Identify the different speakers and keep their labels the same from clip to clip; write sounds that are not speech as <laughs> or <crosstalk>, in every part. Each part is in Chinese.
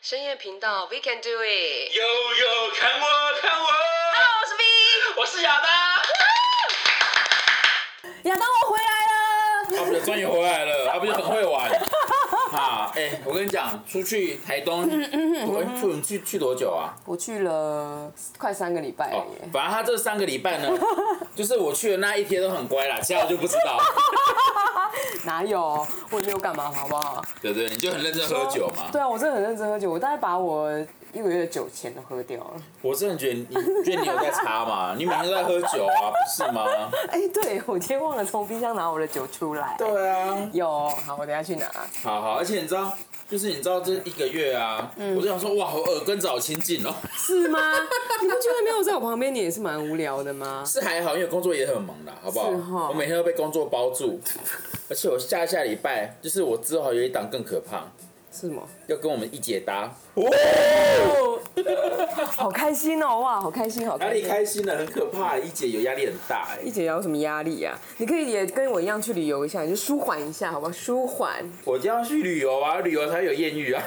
Speaker 1: 深夜频道，We can do it。
Speaker 2: 悠悠，看我，看我，
Speaker 1: Hello，我是 V。
Speaker 2: 我是亚当。
Speaker 3: 亚当，我回来了。
Speaker 4: 啊他不就专业回来了，他不就很会玩。啊，哎、我跟你讲，出去台东，我哎傅勇去去多久啊？
Speaker 3: 我去了快三个礼拜了
Speaker 4: 哦
Speaker 3: 耶，，
Speaker 4: 反正他这三个礼拜呢，就是我去的那一天都很乖啦，其他我就不知道，
Speaker 3: 哪有？我也没有干嘛，好不好？
Speaker 4: 对不对？你就很认真喝酒嘛。
Speaker 3: 对啊，我真的很认真喝酒，我大概把我一个月的酒钱都喝掉了。
Speaker 4: 我真的觉得你，觉得你有在擦嘛？你每天都在喝酒啊，不是吗？
Speaker 3: <laughs> 哎、对，我今天忘了从冰箱拿我的酒出来。
Speaker 4: 对啊，
Speaker 3: 有，好，我等一下去拿。
Speaker 4: 好好，而且你知道，就是你知道这一个月啊，我就想说，哇，我耳根子好亲近哦。
Speaker 3: 是吗？你不觉得没有在我旁边，你也是蛮无聊的吗？
Speaker 4: 是还好，因为工作也很忙啦，好不好？
Speaker 3: 是齁
Speaker 4: 我每天都被工作包住， <laughs> 而且我下下礼拜就是我之后有一档更可怕，
Speaker 3: 是吗？
Speaker 4: 要跟我们一姐搭。
Speaker 3: 哦， <laughs> 好开心哦，哇，好开心，好
Speaker 4: 哪
Speaker 3: 开
Speaker 4: 里
Speaker 3: 心。
Speaker 4: 开心了？很可怕，一姐有压力很大哎、
Speaker 3: 一姐要有什么压力啊？你可以也跟我一样去旅游一下，你就舒缓一下，好不好？舒缓。
Speaker 4: 我就要去旅游啊，旅游才有艳遇
Speaker 3: <laughs>
Speaker 4: 啊。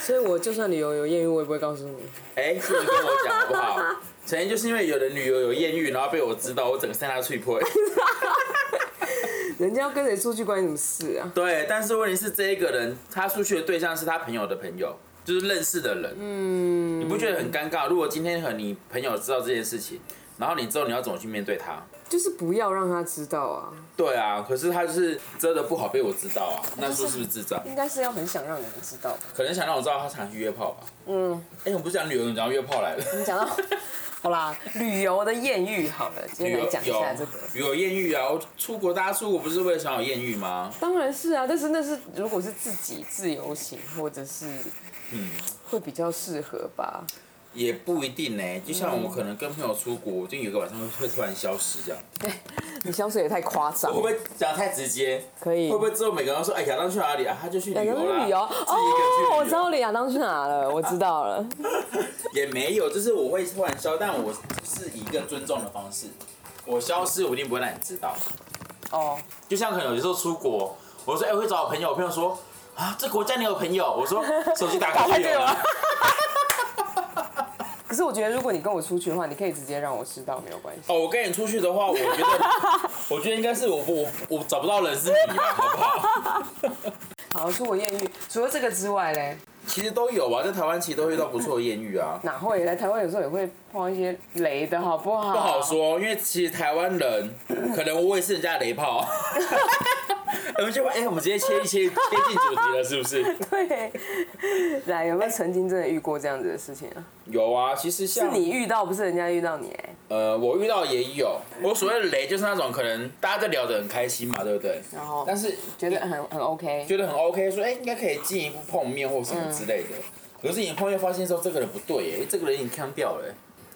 Speaker 3: 所以我就算旅游有艳遇，我也不会告诉 <laughs> 你。
Speaker 4: 哎、是你跟我讲好不好？曾经就是因为有人旅游有艳遇，然后被我知道，我整个三大脆破。
Speaker 3: 人家要跟谁出去关你什么事啊？
Speaker 4: 对，但是问题是这一个人，他出去的对象是他朋友的朋友，就是认识的人。嗯，你不觉得很尴尬？如果今天和你朋友知道这件事情，然后你之后你要怎么去面对他？
Speaker 3: 就是不要让他知道啊，
Speaker 4: 对啊，可是他就是遮的不好被我知道
Speaker 3: 嗯
Speaker 4: 啊，那说是不是智障？
Speaker 3: 应该是要很想让人知道吧。
Speaker 4: 可能想让我知道他常去约炮吧。
Speaker 3: 嗯，
Speaker 4: 哎、我们不是讲旅游，你讲到约
Speaker 3: <laughs>
Speaker 4: 炮来了。
Speaker 3: 我们讲到，好啦，旅游的艳遇好了，今天来讲一下这个。
Speaker 4: 有有艳遇啊！我出国，大家出国不是为了想有艳遇吗？
Speaker 3: 当然是啊，但是那是如果是自己自由行，或者是
Speaker 4: 嗯，
Speaker 3: 会比较适合吧。
Speaker 4: 也不一定呢、就像我
Speaker 3: 嗯
Speaker 4: 可能跟朋友出国，就有个晚上会突然消失这样。
Speaker 3: 你香水也太夸张
Speaker 4: 我会，不会讲太直接？
Speaker 3: 可以
Speaker 4: 会不会之后每个人都说，哎，亚当去哪里啊？他就去
Speaker 3: 亚
Speaker 4: 旅
Speaker 3: 当
Speaker 4: 游啦，
Speaker 3: 去旅游
Speaker 4: 自己一个人去旅
Speaker 3: 哦，
Speaker 4: 游
Speaker 3: 我知道亚当去哪了，我知道
Speaker 4: <laughs>
Speaker 3: 了。
Speaker 4: <laughs> 也没有，就是我会突然消，但我是以一个尊重的方式，我消失我一定不会让你知道。
Speaker 3: 哦，
Speaker 4: 就像可能有时候出国，我说哎、我会找我朋友，我朋友说啊这国家你有朋友，我
Speaker 3: <laughs>
Speaker 4: 说手机打
Speaker 3: 打开
Speaker 4: 开就
Speaker 3: 就
Speaker 4: 有
Speaker 3: 有
Speaker 4: 了
Speaker 3: 了。可是我觉得如果你跟我出去的话，你可以直接让我知道，没有关系。
Speaker 4: 哦，我跟你出去的话，我觉得 <laughs> 我觉得应该是我不我我找不到人是你啊，
Speaker 3: <laughs>
Speaker 4: 好不好？
Speaker 3: 好，出国艳遇，除了这个之外嘞，
Speaker 4: 其实都有啊，在台湾其实都会遇到不错的艳遇啊。
Speaker 3: 哪会？来台湾有时候也会碰到一些雷的，好不好？
Speaker 4: 不好。说，因为其实台湾人可能我也是人家的
Speaker 3: <laughs>
Speaker 4: 雷炮。我们就哎、我们直接切一切接近主题了，是不是？
Speaker 3: <laughs> 对，来，有没有曾经真的遇过这样子的事情啊？
Speaker 4: 有啊，其实
Speaker 3: 是
Speaker 4: 像
Speaker 3: 你遇到，不是人家遇到你哎、
Speaker 4: 呃，我遇到也有。我所谓的雷就是那种可能大家在聊得很开心嘛，对不对？
Speaker 3: 然后
Speaker 4: 但是
Speaker 3: 觉得很很 OK，
Speaker 4: 觉得很 OK，说哎、应该可以进一步碰面或什么之类
Speaker 3: 嗯
Speaker 4: 的。可是你碰面发现说这个人不对耶，哎这个人已经腔掉了耶。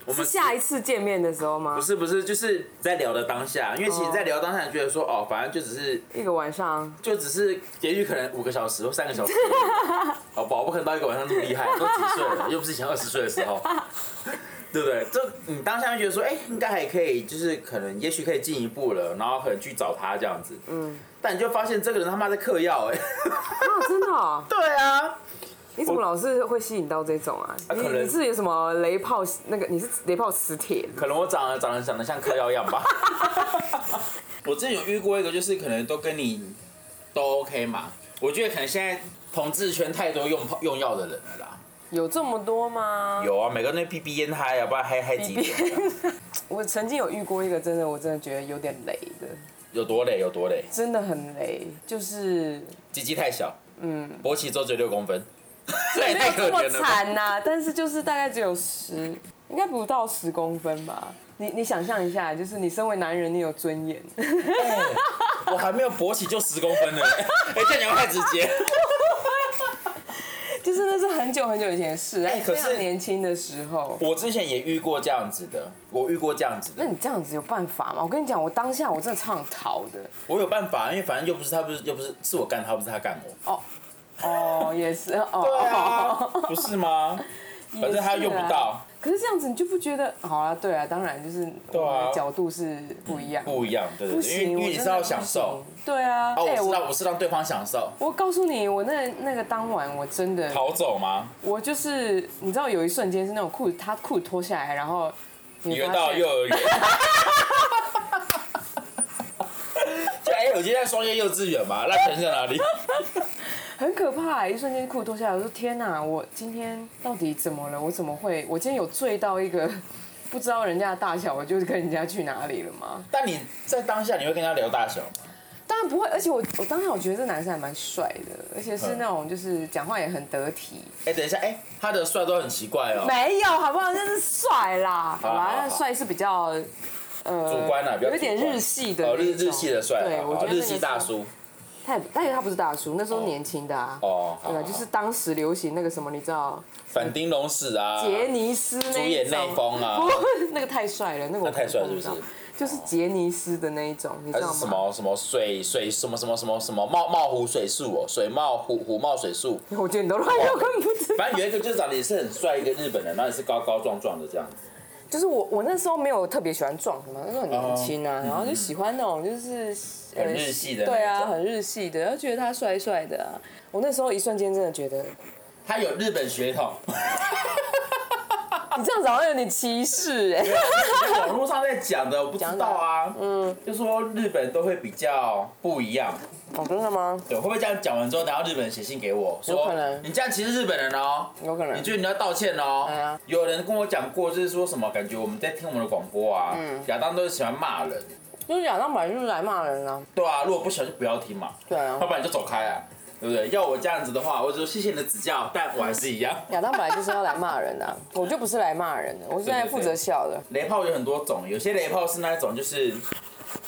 Speaker 4: 我
Speaker 3: 是
Speaker 4: 们
Speaker 3: 下一次见面的时候吗
Speaker 4: 不？是不是，就是在聊的当下，因为其实在聊当下，你觉得说哦，反正就只是
Speaker 3: 一个晚上，
Speaker 4: 就只是结局可能五个小时或三个 <laughs> 小时而已，好不好？不可能到一个晚上这么厉害，都几岁了，又不是以前二十岁的时候，对不对？就你当下就觉得说，哎、应该还可以，就是可能也许可以进一步了，然后可能去找他这样子，嗯。但你就发现这个人他妈在嗑药、哎，，
Speaker 3: 啊，真的、哦
Speaker 4: 对啊，
Speaker 3: 你怎么老是会吸引到这种啊？
Speaker 4: 啊
Speaker 3: 你
Speaker 4: 可能
Speaker 3: 你是有什么雷炮那个？你是雷炮磁铁？
Speaker 4: 可能我长得长得长得像嗑药一样吧。 <laughs> 我之前有遇过一个，就是可能都跟你都 OK 嘛，我觉得可能现在同志圈太多用用药的人了啦。
Speaker 3: 有这么多吗？
Speaker 4: 有啊，每个人都逼逼烟嗨啊，不然嗨嗨几点？啊
Speaker 3: 我曾经有遇过一个，真的我真的觉得有点雷的，
Speaker 4: 有多累有多累，
Speaker 3: 真的很雷，就是
Speaker 4: 鸡鸡太小，嗯，勃起之后只有六公分，这也
Speaker 3: 没
Speaker 4: 太
Speaker 3: 有
Speaker 4: 可
Speaker 3: 这么
Speaker 4: 怜了吧。
Speaker 3: 惨呐、但是就是大概只有十，应该不到十公分吧。你你想象一下，就是你身为男人，你有尊严， <laughs>
Speaker 4: 哎我还没有勃起就十公分呢，哎，这样讲太直接。
Speaker 3: 就是那是很久很久以前的事，哎、
Speaker 4: 可
Speaker 3: 非
Speaker 4: 是
Speaker 3: 常年轻的时候。
Speaker 4: 我之前也遇过这样子的，我遇过这样子的，
Speaker 3: 那你这样子有办法吗？我跟你讲，我当下我真的超想逃的。
Speaker 4: 我有办法，因为反正又不是他，不是又不是是我干他，不是他干我。
Speaker 3: 哦
Speaker 4: <laughs>
Speaker 3: 哦，也是哦，
Speaker 4: 对啊
Speaker 3: 哦，
Speaker 4: <laughs>
Speaker 3: 啊
Speaker 4: 不是吗？反正他用不到，
Speaker 5: 可是这样子你就不觉得好啊？对啊，当然就是
Speaker 4: 对啊
Speaker 5: 我们的角度是不一样，
Speaker 4: 不一样，对对
Speaker 5: 不
Speaker 4: 对，因为
Speaker 5: 行，
Speaker 4: 因为
Speaker 5: 我
Speaker 4: 你
Speaker 5: 真
Speaker 4: 是
Speaker 5: 的
Speaker 4: 要
Speaker 5: 不
Speaker 4: 享受
Speaker 5: 行，对啊，
Speaker 4: 哦，我
Speaker 5: 哎
Speaker 4: 知道，
Speaker 5: 我
Speaker 4: 我是让对方享受，
Speaker 5: 我告诉你，我那那个当晚我真的
Speaker 4: 逃走吗？
Speaker 5: 我就是你知道有一瞬间是那种裤子，他裤子脱下来，然后
Speaker 4: 以
Speaker 5: 你
Speaker 4: 为
Speaker 5: 发
Speaker 4: 到
Speaker 5: 现
Speaker 4: 幼
Speaker 5: <laughs>
Speaker 4: 儿园。就哎、我今天在双叶幼稚园嘛，那钱在
Speaker 5: <laughs>
Speaker 4: 哪里？
Speaker 5: 很可怕、一瞬间裤子脱下来，我说天哪，我今天到底怎么了？我怎么会？我今天有醉到一个不知道人家的大小，我就跟人家去哪里了吗？
Speaker 4: 但你在当下你会跟他聊大小吗？
Speaker 5: 当然不会，而且我我当时我觉得这男生还蛮帅的，而且是
Speaker 4: 嗯
Speaker 5: 那种就是讲话也很得体，
Speaker 4: 哎、等一下，哎、他的帅都很奇怪
Speaker 5: <laughs>
Speaker 4: 哦，
Speaker 5: 没有好不好？那是帅啦，好
Speaker 4: 好好
Speaker 5: 啦，那帅是比较呃
Speaker 4: 主观啊，比较
Speaker 5: 有一点
Speaker 4: 主观
Speaker 5: 日系的
Speaker 4: 哦，日
Speaker 5: 那种
Speaker 4: 日系的帅，
Speaker 5: 对，
Speaker 4: 好
Speaker 5: 我
Speaker 4: 好
Speaker 5: 觉得那
Speaker 4: 日
Speaker 5: 个
Speaker 4: 系大
Speaker 5: 是
Speaker 4: 叔
Speaker 5: 太，但是他不是大叔，那时候年轻的啊。
Speaker 4: 哦，好
Speaker 5: 对吧？
Speaker 4: 好
Speaker 5: 就
Speaker 4: 好
Speaker 5: 是当时流行那个什么，你知道
Speaker 4: 反町隆史啊，
Speaker 5: 杰尼斯那一种
Speaker 4: 主演内丰
Speaker 5: <laughs>
Speaker 4: 啊
Speaker 5: 不，那个太帅了，那个我
Speaker 4: 那太帅是不是哦
Speaker 5: 看不到就是杰尼斯的那一种，你知
Speaker 4: 还
Speaker 5: 道
Speaker 4: 是什
Speaker 5: 吗？
Speaker 4: 么什么水水什么什么什么什么茂茂湖水树哦，水茂湖湖茂水树，
Speaker 5: 我觉得你都
Speaker 4: 哦
Speaker 5: 乱用，根本不知道。
Speaker 4: 反正有一个就是长得也是很帅一个日本人，然后也是高高壮壮的这样子，
Speaker 5: 就是我，我那时候没有特别喜欢壮什么，那时候很年轻啊，然后就喜欢那种就是呃
Speaker 4: 哦嗯很日系的那种
Speaker 5: 对啊，很日系的，然后觉得他帅帅的啊。我那时候一瞬间真的觉得，
Speaker 4: 他有日本血
Speaker 5: <laughs>
Speaker 4: 统。
Speaker 5: 你啊这样子好像有点歧视哎、
Speaker 4: 网络上在讲的，我不知道啊。嗯，就说日本人都会比较不一样，
Speaker 5: 哦，真的吗？
Speaker 4: 对，会不会这样讲完之后，然后日本人写信给我说，
Speaker 5: 有可能
Speaker 4: 你这样歧视日本人哦，
Speaker 5: 有可能
Speaker 4: 你觉得你要道歉哦。
Speaker 5: 对啊
Speaker 4: 有人跟我讲过，就是说什么感觉我们在听我们的广播啊，
Speaker 5: 嗯
Speaker 4: 亚、当都是喜欢骂人，
Speaker 5: 就是亚当本来就是来骂人啊，
Speaker 4: 对啊，如果不喜欢就不要听嘛，
Speaker 5: 对啊
Speaker 4: 要不然就走开啊。对不对？要我这样子的话，我就说谢谢你的指教，但我还是一样。
Speaker 5: 亚当本来就是要来骂人的、啊，我就不是来骂人的，我是来负责笑的。
Speaker 4: 雷炮有很多种，有些雷炮是那一种，就是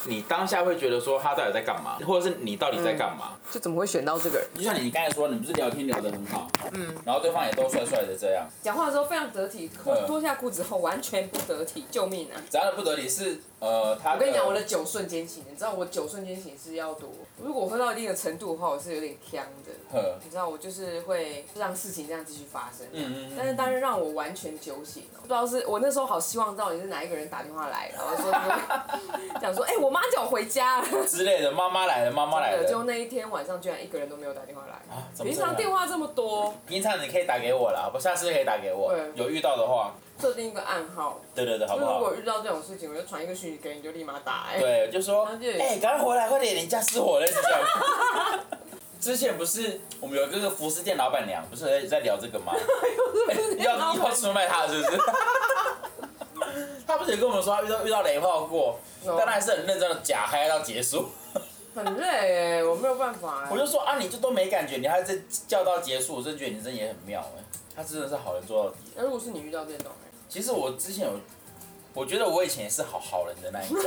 Speaker 4: 你当下会觉得说他到底在干嘛，或者是你到底在干嘛。
Speaker 5: 就怎么会选到这个人？
Speaker 4: 就像你刚才说，你不是聊天聊得很好，嗯，然后对方也都帅帅的这样，
Speaker 3: 讲话的时候非常得体，脱
Speaker 4: 嗯
Speaker 3: 脱下裤子后完全不得体，救命啊！
Speaker 4: 怎样的不得体是呃，他
Speaker 3: 我跟你讲，我的酒瞬间醒，你知道我酒瞬间醒是要多，如果我喝到一定的程度的话，我是有点呛的。
Speaker 4: 呃
Speaker 3: 你知道我就是会让事情这样继续发生，
Speaker 4: 嗯嗯嗯
Speaker 3: 但是当然让我完全酒醒哦了，不知道是我那时候好希望到底是哪一个人打电话来，然后说什么讲说，哎、我妈叫我回家了，
Speaker 4: 之类的，妈妈来了，妈妈来
Speaker 3: 就
Speaker 4: 了，啊
Speaker 3: 那一天晚上居然一个人都没有打电话来，
Speaker 4: 怎么
Speaker 3: 平
Speaker 4: 这样
Speaker 3: 常电话这么多，
Speaker 4: 平常你可以打给我啦，好不，下次可以打给我，
Speaker 3: 对
Speaker 4: 有遇到的话，
Speaker 3: 设定一个暗号，
Speaker 4: 对对对，
Speaker 3: 就
Speaker 4: 好
Speaker 3: 是
Speaker 4: 不
Speaker 3: 如
Speaker 4: 好
Speaker 3: 果？遇到这种事情，我就传一个讯息给你，就立马打、哎，
Speaker 4: 对，就说，
Speaker 3: 然后就有
Speaker 4: 哎、赶快回来，快点，你家失火了，是这样。
Speaker 3: <laughs>
Speaker 4: 之前不是我们有一个服饰店老板娘，不是在在聊这个
Speaker 3: <laughs>
Speaker 4: 吗？要
Speaker 3: 哎老板娘
Speaker 4: 要出卖她是不是？她不是也跟我们说她遇到遇到雷炮过，
Speaker 3: 有
Speaker 4: 但她还是很认真的假嗨到结束。
Speaker 3: 很累、哎，我没有办法、哎
Speaker 4: 我就说啊，你就都没感觉，你还在叫到结束，我真的觉得你真的也很妙哎、她真的是好人做到底。
Speaker 3: 那如果是你遇到这种、哎
Speaker 4: 其实我之前有，我觉得我以前也是好好人的那一种。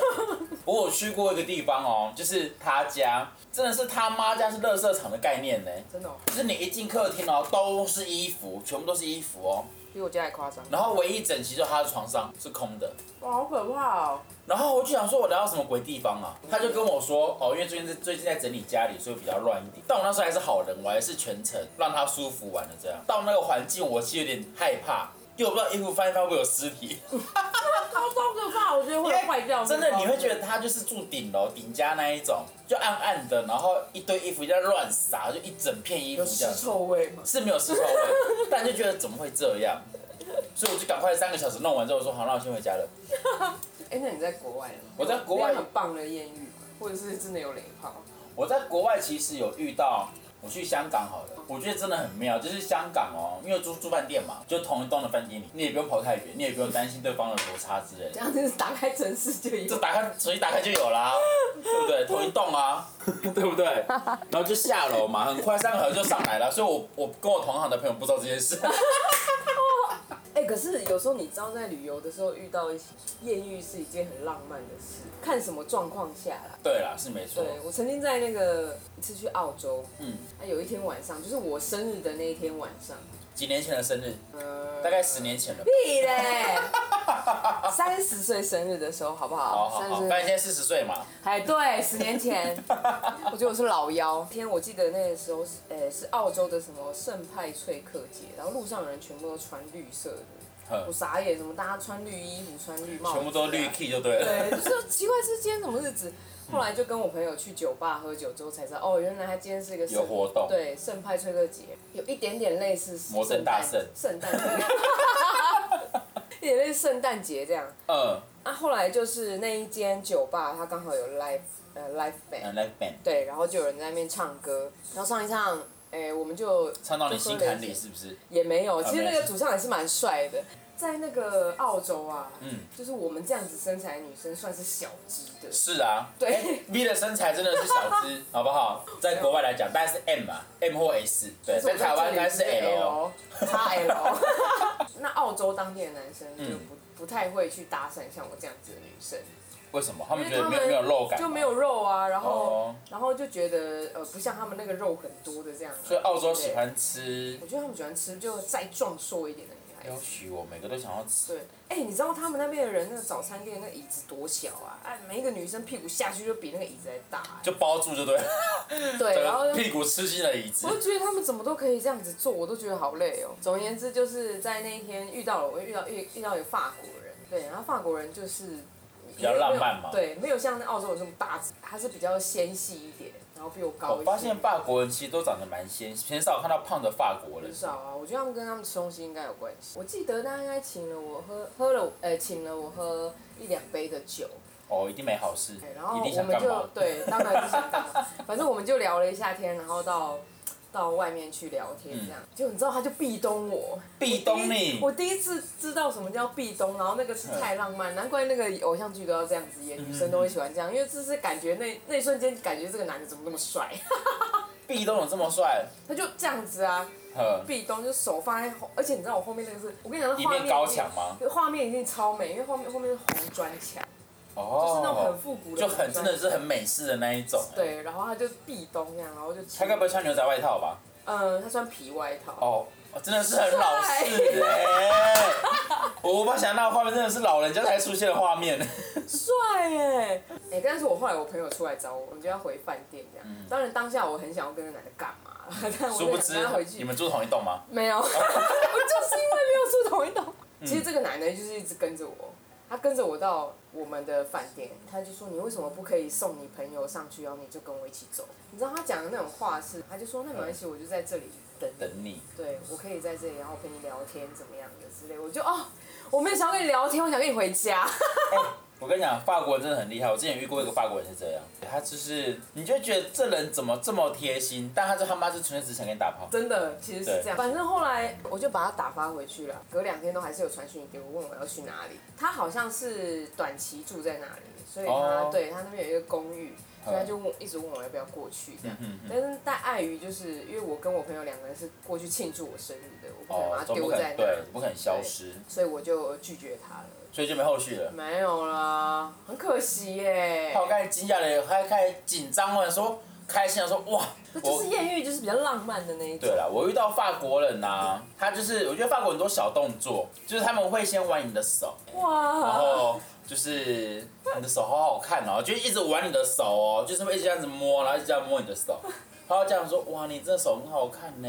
Speaker 4: 我有去过一个地方哦，就是他家，真的是他妈家是垃圾场的概念呢。
Speaker 3: 真的、哦
Speaker 4: 就是你一进客厅哦，都是衣服，全部都是衣服哦。
Speaker 3: 比我家还夸张，
Speaker 4: 然后唯一整齐就他的床上是空的。
Speaker 3: 哇，好可怕哦、
Speaker 4: 然后我就想说，我来到什么鬼地方啊？他就跟我说，哦，因为最近在最近在整理家里，所以比较乱一点。但我那时候还是好人，我还是全程让他舒服玩的这样。到那个环境，我是有点害怕，因为我不知道衣服翻一翻会不会有尸体。
Speaker 3: 超超可怕，我觉得会有坏掉。
Speaker 4: 真的，你会觉得他就是住顶楼顶家那一种，就暗暗的，然后一堆衣服在乱撒，就一整片衣服
Speaker 3: 有
Speaker 4: 这
Speaker 3: 尸
Speaker 4: 样，
Speaker 3: 臭味吗？
Speaker 4: 是没有尸臭味，但就觉得怎么会这样？所以我就赶快三个小时弄完之后，我说好，那我先回家了。
Speaker 3: 哎、那你在国外了吗？
Speaker 4: 我在国外
Speaker 3: 没有很棒的艳遇，或者是真的有雷炮？
Speaker 4: 我在国外其实有遇到，我去香港好了，我觉得真的很妙，就是香港哦，因为住住饭店嘛，就同一栋的饭店里，你也不用跑太远，你也不用担心对方的摩擦之类的
Speaker 3: 这。样就是打开城市就
Speaker 4: 就
Speaker 3: 有。
Speaker 4: 打开手机打开就有啦， <laughs> 对不对？同一栋啊， <laughs> 对不对？然后就下楼嘛，很快三个小时就上来了，所以我我跟我同行的朋友不知道这件事， <laughs>
Speaker 3: 哎、可是有时候你知道，在旅游的时候遇到一些艳遇是一件很浪漫的事，看什么状况下啦。
Speaker 4: 对啦，是没错
Speaker 3: 对，，我曾经在那个一次去澳洲，
Speaker 4: 嗯，
Speaker 3: 啊，有一天晚上，就是我生日的那一天晚上，
Speaker 4: 几年前的生日，
Speaker 3: 呃，
Speaker 4: 大概十年前了吧。
Speaker 3: 屁
Speaker 4: <laughs>
Speaker 3: 嘞，三十岁生日的时候，好不好？
Speaker 4: 好好
Speaker 3: 三
Speaker 4: 好，
Speaker 3: 十
Speaker 4: 反正现在四十岁嘛，
Speaker 3: 哎，对，十年前，我觉得我是老妖。天，我记得那个时候哎是，呃、是澳洲的什么圣派翠克节，然后路上的人全部都穿绿色的，
Speaker 4: 嗯
Speaker 3: 我傻眼，怎么大家穿绿衣服、穿绿帽、
Speaker 4: 全部都绿 key 就对了。
Speaker 3: 哦对，就是奇怪是今天什么日子。后来就跟我朋友去酒吧喝酒之后才知道，哦，原来他今天是一个圣
Speaker 4: <laughs> 有活动
Speaker 3: 对，圣派崔克节有一点点类似
Speaker 4: 摩登大圣
Speaker 3: 圣诞节， <laughs> 有点类似圣诞节这样。
Speaker 4: 嗯，
Speaker 3: 啊，后来就是那一间酒吧，它刚好有 live 呃 live band，
Speaker 4: 嗯，Live Band
Speaker 3: 对，然后就有人在那边唱歌，然后唱一唱，哎、我们就
Speaker 4: 唱到你心坎里是不是？
Speaker 3: 也没有，其实那
Speaker 4: 没
Speaker 3: 个
Speaker 4: 事
Speaker 3: 主唱也是蛮帅的。在那个澳洲啊，
Speaker 4: 嗯
Speaker 3: 就是我们这样子身材的女生算是小只的，
Speaker 4: 是啊。
Speaker 3: 对
Speaker 4: V 的身材真的是小
Speaker 3: <laughs>
Speaker 4: 只，好不好？在国外来讲，大概是 M 吧，M 或 S，对，在台湾应该是 L。
Speaker 3: 叉
Speaker 4: <laughs>
Speaker 3: L。那澳洲当地的男生就
Speaker 4: 嗯
Speaker 3: 不、不太会去搭讪像我这样子的女生，
Speaker 4: 为什么？他们
Speaker 3: 因
Speaker 4: 觉
Speaker 3: 为他
Speaker 4: 得没
Speaker 3: 们
Speaker 4: 有没有肉感，
Speaker 3: 就没。有肉啊，然后、
Speaker 4: 哦
Speaker 3: 然后就觉得呃不像他们那个肉很多的这样、啊
Speaker 4: 所以澳洲喜
Speaker 3: 对
Speaker 4: 欢吃
Speaker 3: 我觉得他们喜欢吃就再壮硕一点的女孩
Speaker 4: 要
Speaker 3: 子。
Speaker 4: 许我每个都想要吃。
Speaker 3: 对，哎、你知道他们那边的人那个早餐店那个椅子多小啊？哎，每一个女生屁股下去就比那个椅子还大、哎
Speaker 4: 就包住就对了，
Speaker 3: 对，然后
Speaker 4: <laughs>
Speaker 3: 就
Speaker 4: 屁股吃进了椅子
Speaker 3: 我，就觉得他们怎么都可以这样子做，我都觉得好累哦。总而言之，就是在那一天遇到了，我遇到遇遇到一个法国人，对，然后法国人就是比
Speaker 4: 较浪漫嘛
Speaker 3: 对，没有像那澳洲人那么大只，他是比较纤细一点，然后比我高一
Speaker 4: 我
Speaker 3: 些。
Speaker 4: 发现法国人其实都长得蛮纤，很少看到胖的法国人
Speaker 3: 很。少啊，我觉得他们跟他们吃东西应该有关系。我记得他应该请了我喝，喝了我呃，请了我喝一两杯的酒，
Speaker 4: 哦，一定没好事，
Speaker 3: 对然后
Speaker 4: 一定
Speaker 3: 我
Speaker 4: 想
Speaker 3: 们
Speaker 4: 干
Speaker 3: 就
Speaker 4: 嘛？
Speaker 3: 对，当然是想干嘛， <laughs> 反正我们就聊了一下天，然后到到外面去聊天这样。结果你知道他就壁咚我，
Speaker 4: 嗯壁咚你
Speaker 3: 我第一次知道什么叫壁咚，然后那个是太浪
Speaker 4: 嗯
Speaker 3: 漫，难怪那个偶像剧都要这样子演，女生都会喜欢这样，因为这是感觉那那一瞬间感觉这个男的怎么那么帅，
Speaker 4: 壁咚有这么帅？
Speaker 3: 他就这样子啊。
Speaker 4: 呵，
Speaker 3: 壁咚，就手放在后，而且你知道我后面那个是，我跟你讲，那
Speaker 4: 一
Speaker 3: 画面
Speaker 4: 面高墙吗？
Speaker 3: 画面一定超美，因为后面后面是红砖墙，就是那种很
Speaker 4: 哦，
Speaker 3: 复古的
Speaker 4: 就
Speaker 3: 红砖
Speaker 4: 很
Speaker 3: 墙，
Speaker 4: 真的是很美式的那一种。，
Speaker 3: 对，然后他就壁咚这样，然后就
Speaker 4: 他该不会穿牛仔外套吧？
Speaker 3: 嗯，他穿皮外套，
Speaker 4: 哦，真的是很老式哎，我无法想到画面真的是老人家才出现的画面。
Speaker 3: 帅耶！哎、但是我后来我朋友出来找我，我们就要回饭店这样。当然当下我很想要跟那男的干嘛， <laughs> 但我
Speaker 4: 嗯殊
Speaker 3: 就
Speaker 4: 不
Speaker 3: 想
Speaker 4: 知
Speaker 3: 跟他回
Speaker 4: 你
Speaker 3: 去，
Speaker 4: 们住同一栋吗？
Speaker 3: 没有，我就是因为没有住同一栋。其实这个男的就是一直跟着我，他跟着我到我们的饭店，他就说你为什么不可以送你朋友上去，然后你就跟我一起走？你知道他讲的那种话是，他就说那没关系，我就在这里等你。
Speaker 4: 等你，
Speaker 3: 对，我可以在这里，然后陪你聊天，怎么样的之类，我就哦，我没有想要跟你聊天，我想跟你回家。
Speaker 4: 哎我跟你讲，法国人真的很厉害。我之前有遇过一个法国人是这样，他就是你就觉得这人怎么这么贴心，但他这他妈就纯粹只想跟你打炮。
Speaker 3: 真的，其实是
Speaker 4: 对
Speaker 3: 这样。反正后来我就把他打发回去了，隔两天都还是有传讯给我，问我要去哪里。他好像是短期住在那里，所以他、
Speaker 4: 哦
Speaker 3: 对他那边有一个公寓，所以他
Speaker 4: 嗯
Speaker 3: 就问一直问我要不要过去这样。
Speaker 4: 嗯哼
Speaker 3: 但是但碍于就是因为我跟我朋友两个人是过去庆祝我生日的，我不可能把
Speaker 4: 哦，
Speaker 3: 他
Speaker 4: 总不
Speaker 3: 丢
Speaker 4: 可
Speaker 3: 在
Speaker 4: 能
Speaker 3: 那
Speaker 4: 对
Speaker 3: 里，，
Speaker 4: 不可能消失，
Speaker 3: 所以我就拒绝他了。
Speaker 4: 所以就没后续了。
Speaker 3: 没有啦，很可惜耶。
Speaker 4: 他开始惊讶了，他开始紧张了，说开心了，说哇，
Speaker 3: 就是
Speaker 4: 我
Speaker 3: 艳遇，就是比较浪漫的那一种。
Speaker 4: 对了，我遇到法国人呐、他就是我觉得法国很多小动作，就是他们会先玩你的手，然
Speaker 3: 哇，
Speaker 4: 后就是你的手好好看哦，就一直玩你的手哦，就是会一直这样子摸，然后一直这样摸你的手，然后这样说哇，你这手很好看呢，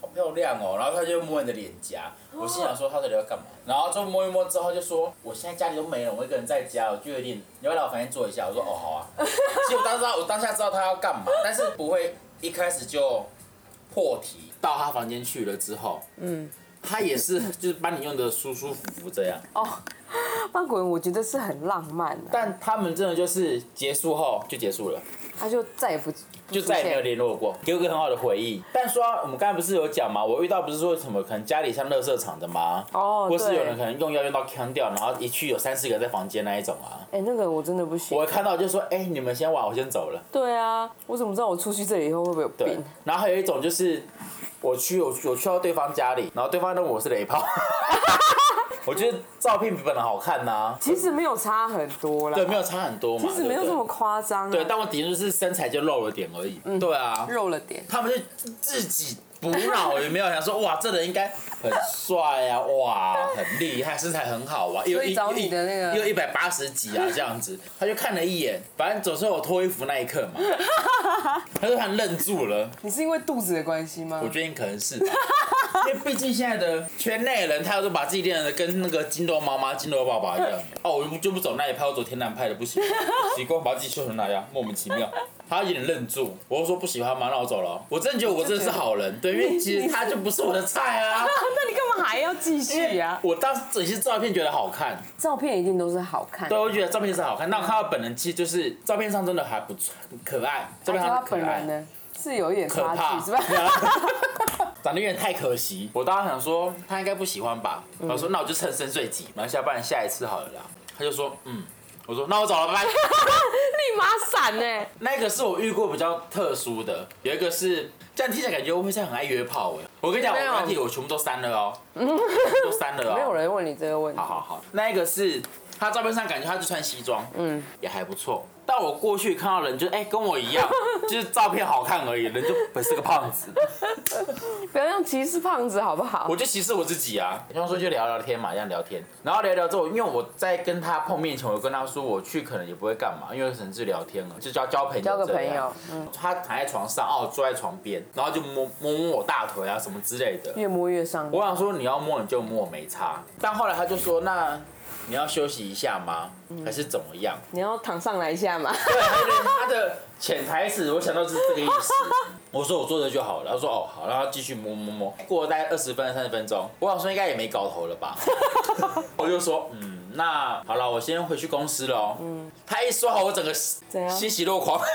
Speaker 4: 好漂亮哦，然后他就摸你的脸颊，我心想说他到底要干嘛？然后就摸一摸之后就说我现在家里都没人，我一个人在家，我就有点你要不要来我房间坐一下？我说哦好啊，其实我当时知道我当下知道他要干嘛，但是不会一开始就破题到他房间去了之后，嗯。他也是，就是把你用的舒舒服服这样，
Speaker 5: <laughs> 法哦国人我觉得是很浪漫啊的、
Speaker 4: 但他们真的就是结束后就结束了，
Speaker 5: 他就再也不
Speaker 4: 就再也没有联络过，给我个很好的回忆。但说到我们刚才不是有讲嘛，我遇到不是说什么可能家里像垃圾场的吗？
Speaker 5: 哦
Speaker 4: 或是
Speaker 5: 对
Speaker 4: 有人可能用药用到呛掉，然后一去有三四个在房间那一种啊。
Speaker 5: 哎、那个我真的不行。
Speaker 4: 我看到就说，哎、你们先玩，我先走了。
Speaker 5: 对啊，我怎么知道我出去这里以后会不会有
Speaker 4: 对
Speaker 5: 病？，
Speaker 4: 然后还有一种就是我去我去我去到对方家里，然后对方认为我是
Speaker 5: <laughs>
Speaker 4: 雷炮，我觉得照片比本人好看呐、
Speaker 5: 其实没有差很多啦，
Speaker 4: 对，没有差很多嘛，
Speaker 5: 其实没有
Speaker 4: 对
Speaker 5: 这
Speaker 4: 不
Speaker 5: 么夸张、啊，
Speaker 4: 对对，但我顶多就是身材就露了点而已。嗯，对啊，
Speaker 5: 肉了点。
Speaker 4: 他们就自己补脑，有没有想说哇，这人应该很帅啊，哇，很厉害，身材很好啊，又
Speaker 5: <laughs> 所以
Speaker 4: 一
Speaker 5: 找你的那个
Speaker 4: 又一百八十几啊，这样子，他就看了一眼，反正总是我脱衣服那一刻
Speaker 5: <laughs>
Speaker 4: 嘛，他就突然愣住了，
Speaker 5: 你是因为肚子的关系吗
Speaker 3: <laughs>
Speaker 4: 我？觉得你可能是吧， <laughs> 因为毕竟现在的圈内人，他都把自己练的跟那个筋斗妈妈、筋斗爸爸一 <laughs> 样。哦，我就不走那一派，我走天南派的不 <laughs> 行，习惯把自己修成那样，莫名其妙。他有点愣住，我就说不喜欢嘛，那我走了。哦我真的觉得我真的是好人，对，因为其实他就不是我的菜 <laughs> 啊。
Speaker 6: 那你干嘛还要继续啊？
Speaker 4: 我当时只是照片觉得好看，
Speaker 3: 照片一定都是好看
Speaker 4: 对，。我觉得照片是好看。那我看到本人，其实就是照片上真的还不错，很可爱，
Speaker 3: 那
Speaker 4: 照片
Speaker 3: 他
Speaker 4: 上很
Speaker 3: 本
Speaker 4: 可爱
Speaker 3: 人。呢是有一点
Speaker 4: 可
Speaker 3: 差
Speaker 4: 怕， <laughs>
Speaker 3: 距，是吧？
Speaker 4: 对啊长得有点太可惜，嗯我当时想说他应该不喜欢吧，然后说那我就趁深睡急，然后下半下一次好了啦。他就说嗯，我说那我走了，拜 <laughs> 拜。
Speaker 6: 立马闪呢、
Speaker 4: 那个是我遇过比较特殊的，有一个是这样听起来感觉我会像很爱约炮哎、我跟你讲，我
Speaker 3: 没有
Speaker 4: 软体我全部都删了哦、都删 <laughs> 了哦、
Speaker 3: 没有人问你这个问题
Speaker 4: 好。好好，那一个是他照片上感觉他就穿西装，嗯，也还不错。但我过去看到人就哎、跟我一 <laughs> 样，就是照片好看而已，人就本是个胖子。
Speaker 3: 不要用歧视胖子好不好？
Speaker 4: 我就歧视我自己啊。比方说就聊聊天嘛，这样聊天，然后聊一聊之后，因为我在跟他碰面前，我跟他说我去可能也不会干嘛，因为甚至聊天了，就交交朋友，
Speaker 3: 交个朋友。，嗯，
Speaker 4: 他躺在床上，哦，坐在床边，然后就摸摸摸我大腿啊什么之类的。
Speaker 3: 越摸越伤。
Speaker 4: 我想说你要摸你就摸，没差。但后来他就说那。你要休息一下吗？
Speaker 3: 嗯
Speaker 4: 还是怎么样？
Speaker 3: 你要躺上来一下嘛？
Speaker 4: 对，他的他的潜台词，我想到是这个意思。 <laughs> 我说我坐着就好了，他说哦好，然后继续摸摸摸。过了大概二十分三十分钟，我想说应该也没搞头了 <laughs> 吧，我就说嗯，那好了，我先回去公司了哦。嗯，他一说好，我整个
Speaker 3: 样
Speaker 4: 欣喜若狂。 <laughs>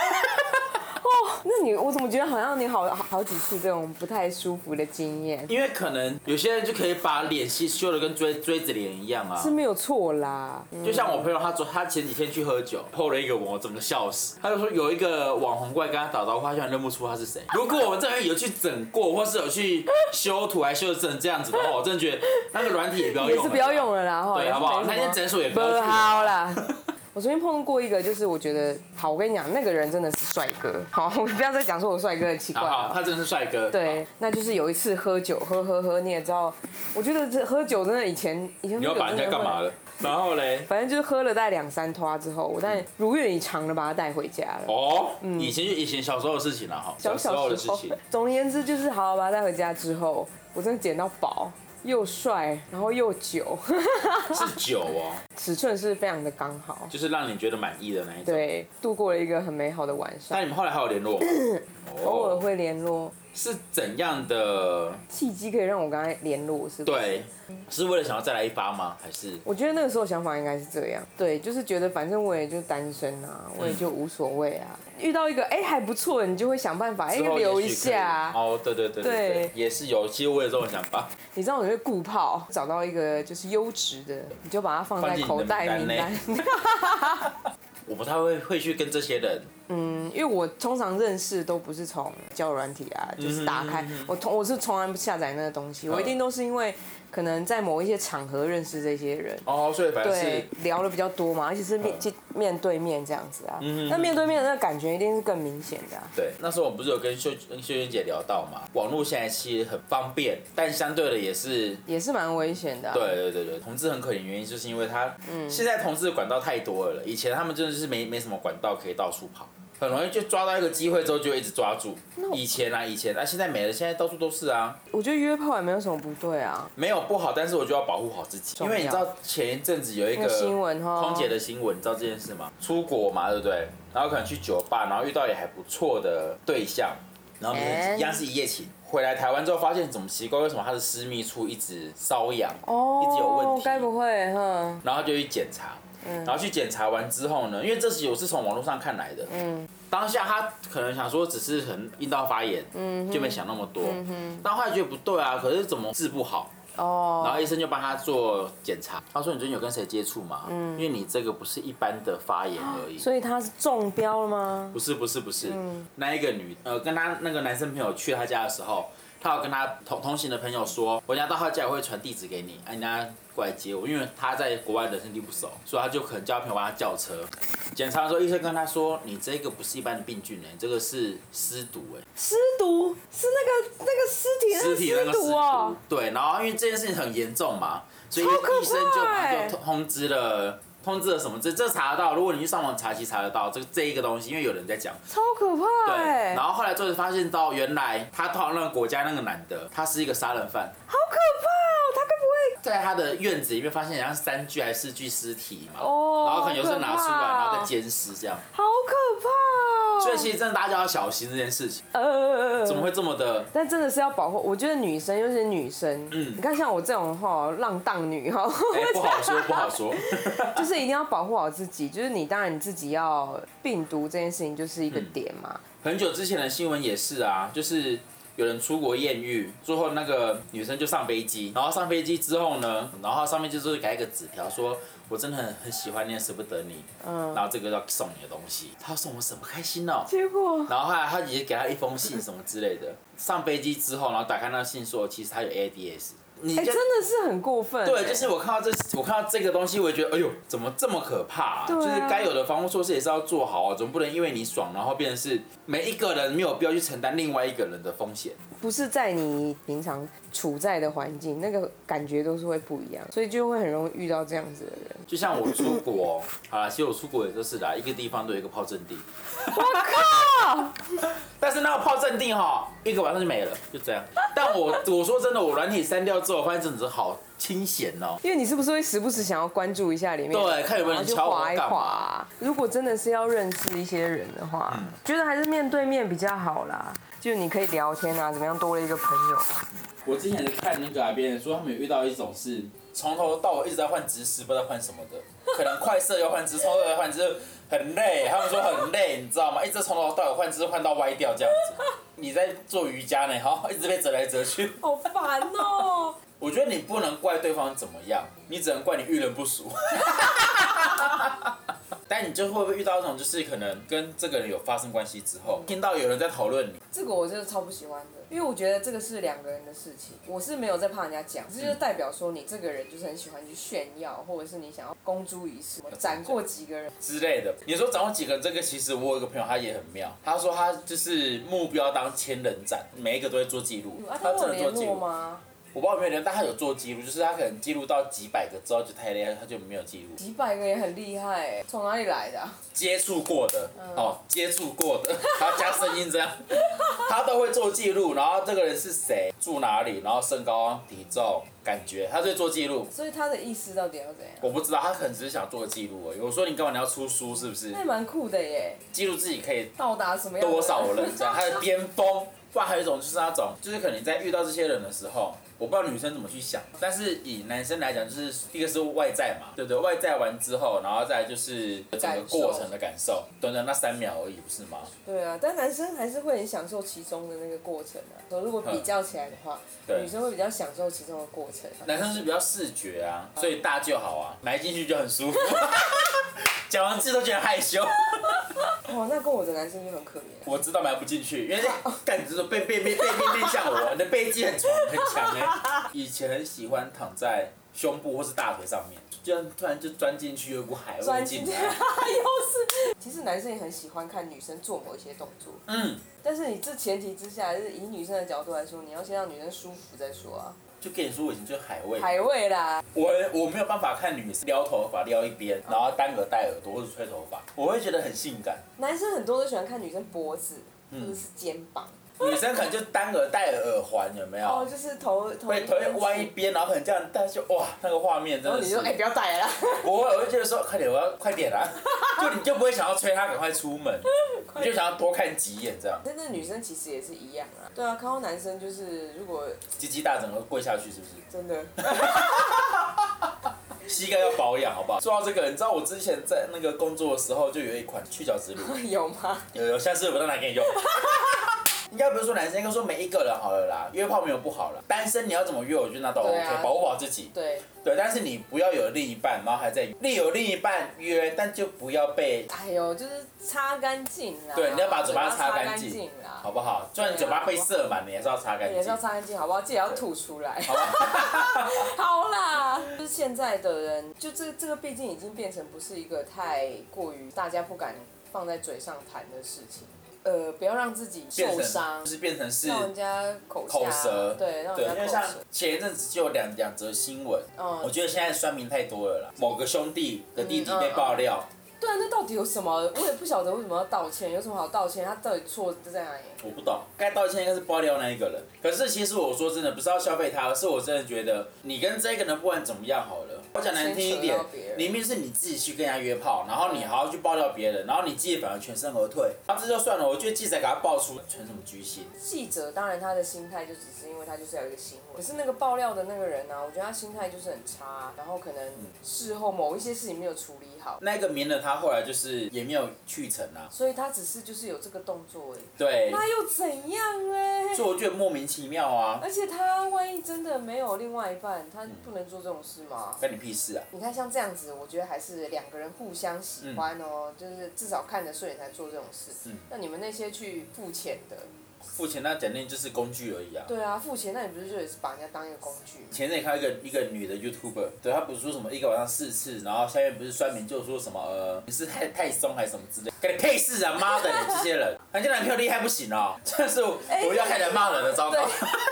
Speaker 3: 哦， <laughs> 那你我怎么觉得好像你好好几次这种不太舒服的经
Speaker 4: <laughs>
Speaker 3: 验？
Speaker 4: 因为可能有些人就可以把脸修修的跟锥锥子脸一样啊
Speaker 3: 是。没有错啦，
Speaker 4: 就像我朋友，他昨他前几天去喝酒，破了一个我，我整个笑死。他就说有一个网红过来跟他打招呼，他居然认不出他是谁。如果我们这边有去整过，或是有去修图，还修成这样子的话，我真的觉得那个软体也不要用，
Speaker 3: 也是不要，用了啦，哈，
Speaker 4: 对，好不好？
Speaker 3: 也是
Speaker 4: 那
Speaker 3: 没什么
Speaker 4: 间诊所也不
Speaker 3: 不
Speaker 4: 要去了。
Speaker 3: 好啦。 <laughs> 我昨天碰过一个，就是我觉得好，我跟你讲，那个人真的是帅哥。好， <laughs> 我不要再讲说我帅哥很奇怪
Speaker 4: 好
Speaker 3: 了
Speaker 4: 好，。他真的是帅哥。
Speaker 3: 啊对，那就是有一次喝酒，喝喝喝，你也知道，我觉得这喝酒真的以前以前
Speaker 4: 你要把人家干嘛
Speaker 3: 了？
Speaker 4: 了？然后嘞，
Speaker 3: 反正就是喝了大概两三拖之后，我但如愿以偿的把他带回家了。
Speaker 4: 哦，以前就以前小时候的事情了哈，
Speaker 3: 嗯小
Speaker 4: 时候的事
Speaker 3: 时候
Speaker 4: 情。，
Speaker 3: <laughs> 总而言之就是好好把他带回家之后，我真的捡到宝，又帅，然后又久， <laughs>
Speaker 4: 是酒哦，
Speaker 3: 尺寸是非常的刚好。
Speaker 4: 就是让你觉得满意的那一种。
Speaker 3: 对，度过了一个很美好的晚上
Speaker 4: 那，你们后来还有联络吗？
Speaker 3: 偶尔
Speaker 4: 哦，
Speaker 3: 会联络，
Speaker 4: 是怎样的？
Speaker 3: 契机可以让我跟他联络，是不是？
Speaker 4: 对，是为了想要再来一发吗？还是
Speaker 3: 我觉得那个时候想法应该是这样，对，就是觉得反正我也就单身
Speaker 4: 嗯
Speaker 3: 啊，我也就无所谓啊。遇到一个哎、还不错，你就会想办法哎、
Speaker 4: 之后也许
Speaker 3: 留
Speaker 4: 可以
Speaker 3: 一下。
Speaker 4: 哦，对对对
Speaker 3: 对
Speaker 4: 对，也是有。其实我有这种想法，
Speaker 3: 你知道我就会顾泡，找到一个就是优质的，你就把它放
Speaker 4: 放
Speaker 3: 在
Speaker 4: 进你的
Speaker 3: 口袋名
Speaker 4: 名单
Speaker 3: 单
Speaker 4: 内。我不太会会去跟这些人。
Speaker 3: 嗯，因为我通常认识都不是从交友软体啊，就是打开、
Speaker 4: 嗯
Speaker 3: 我从我是从来不下载那个东西，我一定都是因为可能在某一些场合认识这些人。
Speaker 4: 哦，所以反正
Speaker 3: 对
Speaker 4: 是，
Speaker 3: 聊的比较多嘛，而且是面
Speaker 4: 嗯
Speaker 3: 见面对面这样子啊
Speaker 4: 嗯，
Speaker 3: 那面对面的那个感觉一定是更明显的啊。
Speaker 4: 对。那时候我不是有跟秀跟秀娟姐聊到嘛，网络现在其实很方便，但相对的也是。
Speaker 3: 也是蛮危险的、啊。
Speaker 4: 对对对对，同志很可怜，原因就是因为他，
Speaker 3: 嗯
Speaker 4: 现在同志的管道太多了，以前他们真的是没没什么管道可以到处跑，很容易就抓到一个机会之后就一直抓住。以前啊以前啊，现在没了，现在到处都是啊。
Speaker 3: 我觉得约炮也没有什么不对啊。
Speaker 4: 没有不好，但是我就要保护好自己，
Speaker 3: 重
Speaker 4: 因
Speaker 3: 要
Speaker 4: 为你知道前一阵子有一
Speaker 3: 那
Speaker 4: 个
Speaker 3: 个新闻哦
Speaker 4: 空姐的新闻，你知道这件事吗？出国嘛，对不对？然后可能去酒吧，然后遇到也还不错的对象，然后明天
Speaker 3: And-
Speaker 4: 一样是一夜情。回来台湾之后，发现怎么奇怪，为什么他的私密处一直瘙痒，
Speaker 3: 哦
Speaker 4: 一直有问题，
Speaker 3: 该不会哼？
Speaker 4: 然后就去检查，
Speaker 3: 嗯
Speaker 4: 然后去检查完之后呢，因为这是我是从网络上看来的，嗯，当下他可能想说只是很阴道发炎，嗯，就没想那么多，嗯，但后来觉得不对啊，可是怎么治不好？然
Speaker 3: 哦，
Speaker 4: 后医生就帮他做检查，他说你最近有跟谁接触吗？嗯，因为你这个不是一般的发炎而已。
Speaker 3: 所以嗯他是中标了吗？
Speaker 4: 不是不是不是，那一个女呃跟他那个男生朋友去他家的时候，他有跟他同同行的朋友说，我家到他家我会传地址给你，哎、啊，你等下过来接我，因为他在国外人生地不熟，所以他就可能叫他朋友帮他叫车。检查的时候，医生跟他说，你这个不是一般的病菌呢、欸你这个是尸毒哎、
Speaker 3: 尸毒是那个那个尸体
Speaker 4: 尸体那
Speaker 3: 那
Speaker 4: 个
Speaker 3: 个
Speaker 4: 尸
Speaker 3: 尸
Speaker 4: 毒
Speaker 3: 毒哦，
Speaker 4: 对，然后因为这件事情很严重嘛，所以
Speaker 3: 超可怕
Speaker 4: 医生就马上
Speaker 3: 欸
Speaker 4: 就通通知了。通知了什么，这这查得到。如果你去上网查，其实查得到这这一个东西，因为有人在讲。
Speaker 7: 超可怕
Speaker 4: 对，
Speaker 3: 欸
Speaker 7: 哎、
Speaker 4: 然后后来最后发现到，原来他到那个国家那个男的，他是一个杀人犯，
Speaker 7: 好可怕哦！他该不会
Speaker 4: 在他的院子里面发现好像三具还是四具尸体嘛，
Speaker 7: 哦
Speaker 4: 然后可能有时候拿出
Speaker 7: 好可
Speaker 4: 来，
Speaker 7: 怕哦
Speaker 4: 然后再奸尸这样。
Speaker 7: 好可怕哦？
Speaker 4: 所以其实真的大家要小心这件事情，
Speaker 7: 呃，
Speaker 4: 怎么会这么的？
Speaker 5: 但真的是要保护，我觉得女生尤其是女生，
Speaker 4: 嗯
Speaker 5: 你看像我这种哈浪荡女哈，
Speaker 4: 哎、不
Speaker 5: <laughs>
Speaker 4: 好说，不好说。
Speaker 5: 就是一定要保护好自己。就是你当然你自己要病毒这件事情就是一个点嘛，
Speaker 4: 很久之前的新闻也是啊，就是有人出国艳遇，最后那个女生就上飞机，然后上飞机之后呢，然后上面就是改一个纸条说。我真的很很喜欢你，舍不得你。嗯，然后这个要送你的东西，他送我什么开心哦、
Speaker 7: 结果
Speaker 4: 然后后来他姐姐给他一封信什么之类的。上飞机之后，然后打开那个信说，其实他有 ADS。你
Speaker 5: 哎、
Speaker 4: 就
Speaker 5: 真的是很过分、哎
Speaker 4: 对，就是我看到这，我看到这个东西，我也觉得，哎呦，怎么这么可怕、啊？
Speaker 7: 对啊
Speaker 4: 就是该有的防护措施也是要做好啊，总不能因为你爽，然后变成是每一个人没有必要去承担另外一个人的风险。
Speaker 5: 不是在你平常处在的环境，那个感觉都是会不一样，所以就会很容易遇到这样子的人。
Speaker 4: 就像我出国，好啦，其实我出国也就是啦，一个地方都有一个炮阵地。但是那个炮阵地哈，一个晚上就没了，就这样。但我我说真的，我软体删掉之后，我发现真的是好清闲哦、
Speaker 5: <laughs> 因为你是不是会时不时想要关注一下里面？
Speaker 4: 对看有没有人
Speaker 5: 然
Speaker 4: 敲
Speaker 5: 后
Speaker 4: 我
Speaker 5: 就划一
Speaker 4: 干嘛
Speaker 5: 划。如果真的是要认识一些人的话，
Speaker 4: 嗯
Speaker 5: 觉得还是面对面比较好啦。就你可以聊天啊，怎么样多了一个朋友啊。
Speaker 4: 我之前看那个啊，别人说他们有遇到一种是从头到尾一直在换职时，不知道在换什么的，可能快射又换职，从头又换职，很累。他们说很累，你知道吗？一直从头到尾换职，换到歪掉这样子。你在做瑜伽呢，好，一直被折来折去。
Speaker 7: 好烦哦、
Speaker 4: 我觉得你不能怪对方怎么样，你只能怪你遇人不淑。但你就会不会遇到那种，就是可能跟这个人有发生关系之后，听到有人在讨论你，
Speaker 3: <laughs> 这个我真的超不喜欢的，因为我觉得这个是两个人的事情，我是没有在怕人家
Speaker 4: 嗯
Speaker 3: 讲，这就是代表说你这个人就是很喜欢去炫耀，或者是你想要公诸于世，斩过几个人，
Speaker 4: 之类的。你说掌握几个人？这个其实我有一个朋友，他也很妙。他说他就是目标当千人斩，每一个都会做记录。
Speaker 3: 啊，他跟
Speaker 4: 他
Speaker 3: 我
Speaker 4: 真的做
Speaker 3: 联
Speaker 4: 记
Speaker 3: 络
Speaker 4: 录，
Speaker 3: 吗？
Speaker 4: 我不知道有没有人，但他有做记录，就是他可能记录到几百个之后就太累了，他就没有记录。
Speaker 3: 几百个也很厉害、欸，从哪里来的啊、
Speaker 4: 接触过的
Speaker 3: 嗯
Speaker 4: 哦，接触过的， <laughs> 他加声音这样，他都会做记录。然后这个人是谁，住哪里，然后身高、体重、感觉，他就会做记录。
Speaker 3: 所以他的意思到底要怎样？
Speaker 4: 我不知道，他可能只是想做记录而已。我说你干嘛？你要出书是不是
Speaker 3: 那？也蛮酷的耶，
Speaker 4: 记录自己可以
Speaker 3: 到达什么样的
Speaker 4: 多少人这样，他的巅峰。不然还有一种就是那种，就是可能你在遇到这些人的时候，我不知道女生怎么去想，但是以男生来讲，就是一个是外在嘛，对不对？外在完之后，然后再来就是整个过程的感受，短短那三秒而已，不是吗？
Speaker 3: 对啊，但男生还是会很享受其中的那个过程啊。如果比较起来的话，
Speaker 4: 嗯对
Speaker 3: 女生会比较享受其中的过程、啊。
Speaker 4: 男生是比较视觉啊，所以大就好啊， <laughs> 埋进去就很舒服。讲完字都觉得害羞，
Speaker 3: 哇，哦那跟我的男生就很可怜、啊
Speaker 4: 我知道埋不进去，因为
Speaker 3: 哦
Speaker 4: 感觉背背背背面面向我，你的背肌很强很强哎、以前很喜欢躺在胸部或是大腿上面，就突然就钻进去，有一股海味
Speaker 3: 钻进
Speaker 4: 进
Speaker 3: <laughs> 去，又
Speaker 4: 来。
Speaker 3: 是。其实男生也很喜欢看女生做某一些动作，
Speaker 4: 嗯，
Speaker 3: 但是你这前提之下，就是以女生的角度来说，你要先让女生舒服再说啊，
Speaker 4: 就跟你说，我以前就是海味，
Speaker 3: 海味啦。
Speaker 4: 我我没有办法看女生撩头发撩一边，
Speaker 3: 哦
Speaker 4: 然后单个戴耳朵或者吹头发，我会觉得很性感。
Speaker 3: 男生很多都喜欢看女生脖子
Speaker 4: 嗯
Speaker 3: 或者是肩膀，
Speaker 4: 女生可能就单耳戴耳环，有没
Speaker 3: 然后
Speaker 4: 有？
Speaker 3: 哦就是头头
Speaker 4: 会头会弯一边，然后可能这样戴，就哇，那个画面真
Speaker 3: 然后
Speaker 4: 的
Speaker 3: 你
Speaker 4: 是
Speaker 3: 就说，哎、不要戴了啦， <laughs>
Speaker 4: 我会，我会觉得说，快点，我要快点啦、啊就你就不会想要催他赶快
Speaker 3: <laughs>
Speaker 4: 出门，你就想要多看几眼这样，
Speaker 3: 真的女生其实也是一样啊。对啊，看到男生就是如果
Speaker 4: 鸡鸡大整个跪下去是不是？
Speaker 3: 真的， <laughs>
Speaker 4: 膝盖要保养好不好？说到这个，你知道我之前在那个工作的时候就有一款去角质乳，
Speaker 3: 有吗？
Speaker 4: 有有，下次我再拿
Speaker 3: <laughs>
Speaker 4: 给你用。应该不是说男生，应该说每一个人好了啦，约炮没有不好啦，单身你要怎么约，我觉得那都 OK，、
Speaker 3: 对啊
Speaker 4: 保护好自己。
Speaker 3: 对，
Speaker 4: 对，但是你不要有另一半，然后还在另有另一半约，但就不要被
Speaker 3: 哎呦，就是擦干净啦。
Speaker 4: 对你要把嘴巴擦干
Speaker 3: 干
Speaker 4: 净
Speaker 3: 净啦。
Speaker 4: 好不好？就算你嘴巴被射满，你还是要擦干
Speaker 3: 也
Speaker 4: 净，
Speaker 3: 是要擦干净，好不好？记得要吐出来。
Speaker 4: 好吧？
Speaker 3: <laughs> 好啦，就是现在的人，就这这个毕竟已经变成不是一个太过于大家不敢放在嘴上谈的事情。呃不要让自己
Speaker 4: 变
Speaker 3: 受
Speaker 4: 成
Speaker 3: 伤
Speaker 4: 就，是变成是
Speaker 3: 让人家口下
Speaker 4: 口舌，
Speaker 3: 对，让
Speaker 4: 对，因
Speaker 3: 人
Speaker 4: 为
Speaker 3: 家
Speaker 4: 像
Speaker 3: 口舌。
Speaker 4: 前一阵子就有两两则新闻，
Speaker 3: 嗯
Speaker 4: 我觉得现在酸民太多了啦。某个兄弟的弟弟被爆料，
Speaker 3: 对啊，那到底有什么？我也不晓得为什么要道歉，有什么好道歉？他到底错在哪里？
Speaker 4: 我不
Speaker 3: 嗯
Speaker 4: 懂，该道歉应该是爆料那一个人。可是其实我说真的，不是要消费他，而是我真的觉得你跟这个人不管怎么样好了。我讲难听一
Speaker 3: 牵扯
Speaker 4: 点
Speaker 3: 到别，人
Speaker 4: 明明是你自己去跟人家约炮，然后你还要去爆料别人，然后你自己反而全身而退，那、这就算了。我觉得记者给他爆出，存什么居心？
Speaker 3: 记者当然他的心态就只是因为他就是要有一个新闻，可是那个爆料的那个人呢、啊，我觉得他心态就是很差，然后可能事后某一些事情没有处理好，
Speaker 4: 那个名人他后来就是也没有去成啊，
Speaker 3: 所以他只是就是有这个动作而已。
Speaker 4: 对，
Speaker 3: 那又怎样嘞？
Speaker 4: 所以我觉得莫名其妙啊，
Speaker 3: 而且他万一真的没有另外一半，他不能做这种事吗？
Speaker 4: 干你屁事啊！
Speaker 3: 你看像这样子，我觉得还是两个人互相喜欢哦，就是至少看得顺眼才做这种事。
Speaker 4: 嗯
Speaker 3: 那你们那些去付钱的，
Speaker 4: 付钱那讲定就是工具而已啊。
Speaker 3: 对啊，付钱，那你不是就也是把人家当一个工具吗？
Speaker 4: 前阵也看到一个一个女的 YouTuber，对她不是说什么一个晚上四次，然后下面不是酸民就说什么呃你是太太松还是什么之类，干你屁事啊！妈的，你这些人，人家男朋友厉害不行哦，真的是我我要开始骂人了，糟糕。 <laughs>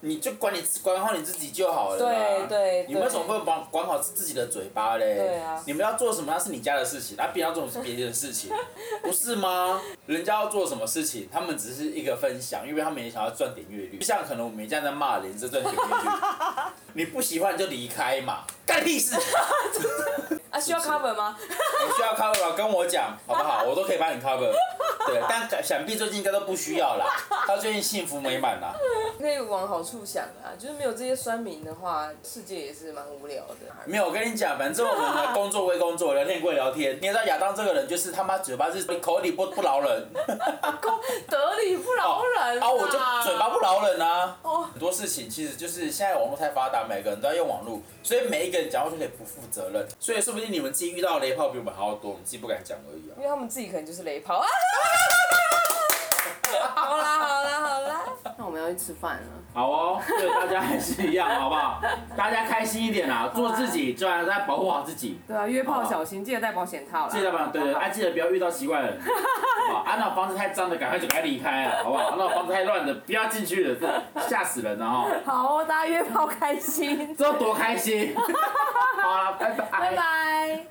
Speaker 4: 你就管你管好你自己就好了啦。
Speaker 3: 对对对
Speaker 4: 你为什么不能管管好自己的嘴巴嘞？
Speaker 3: 对啊
Speaker 4: 你们要做什么那是你家的事情，那别人要做什么是别人的
Speaker 3: <laughs>
Speaker 4: 事情，不是吗？人家要做什么事情，他们只是一个分享，因为他们也想要赚点阅率。就像可能我们这样在骂人，是赚点阅率。
Speaker 3: <laughs>
Speaker 4: 你不喜欢你就离开嘛，干屁事！我
Speaker 3: 啊，需要 cover 吗？
Speaker 4: 需要 cover 啊跟我讲好
Speaker 3: <laughs>
Speaker 4: 不好？我都可以帮你 cover。对，但想必最近应该都不需要啦，他最近幸福美满啦。啊
Speaker 3: 可以往好处想啊，就是没有这些酸民的话，世界也是蛮无聊的。
Speaker 4: 没有，我跟你讲，反正我们
Speaker 3: <laughs>
Speaker 4: 的工作归工作，聊天归聊天。你也知道亚当这个人就是他妈嘴巴是口里不不饶人，
Speaker 3: 得理不饶人
Speaker 4: 啊，我就嘴巴不饶人啊。
Speaker 3: 哦
Speaker 4: 很多事情其实就是现在网络太发达，每个人都在用网络，所以每一个人讲话就可以不负责任。所以说不定你们自己遇到的雷炮比我们还要多，我们自己不敢讲而已啊
Speaker 3: 因。为他们自己可能就是雷
Speaker 4: <laughs>
Speaker 3: 炮啊。好啦好啦好啦，那我们要去吃饭了。
Speaker 4: 好哦，对大家还是一样，好不 <laughs> 好？大家开心一点啦，做自己，就然大家保护好自己。
Speaker 3: 对啊，约
Speaker 4: 炮小
Speaker 3: 心，记得带保险套啦
Speaker 4: 记得吧，对对， <laughs> 啊，记得不要遇到奇怪的人，好不好？啊，那种房子太脏的，赶快就赶快离开了，好不好？啊那种房子太乱的，不要进去了，这吓死人了哦！
Speaker 8: 好，大家约炮开心，
Speaker 4: <laughs> 这多开心！好了，拜拜，
Speaker 8: 拜拜。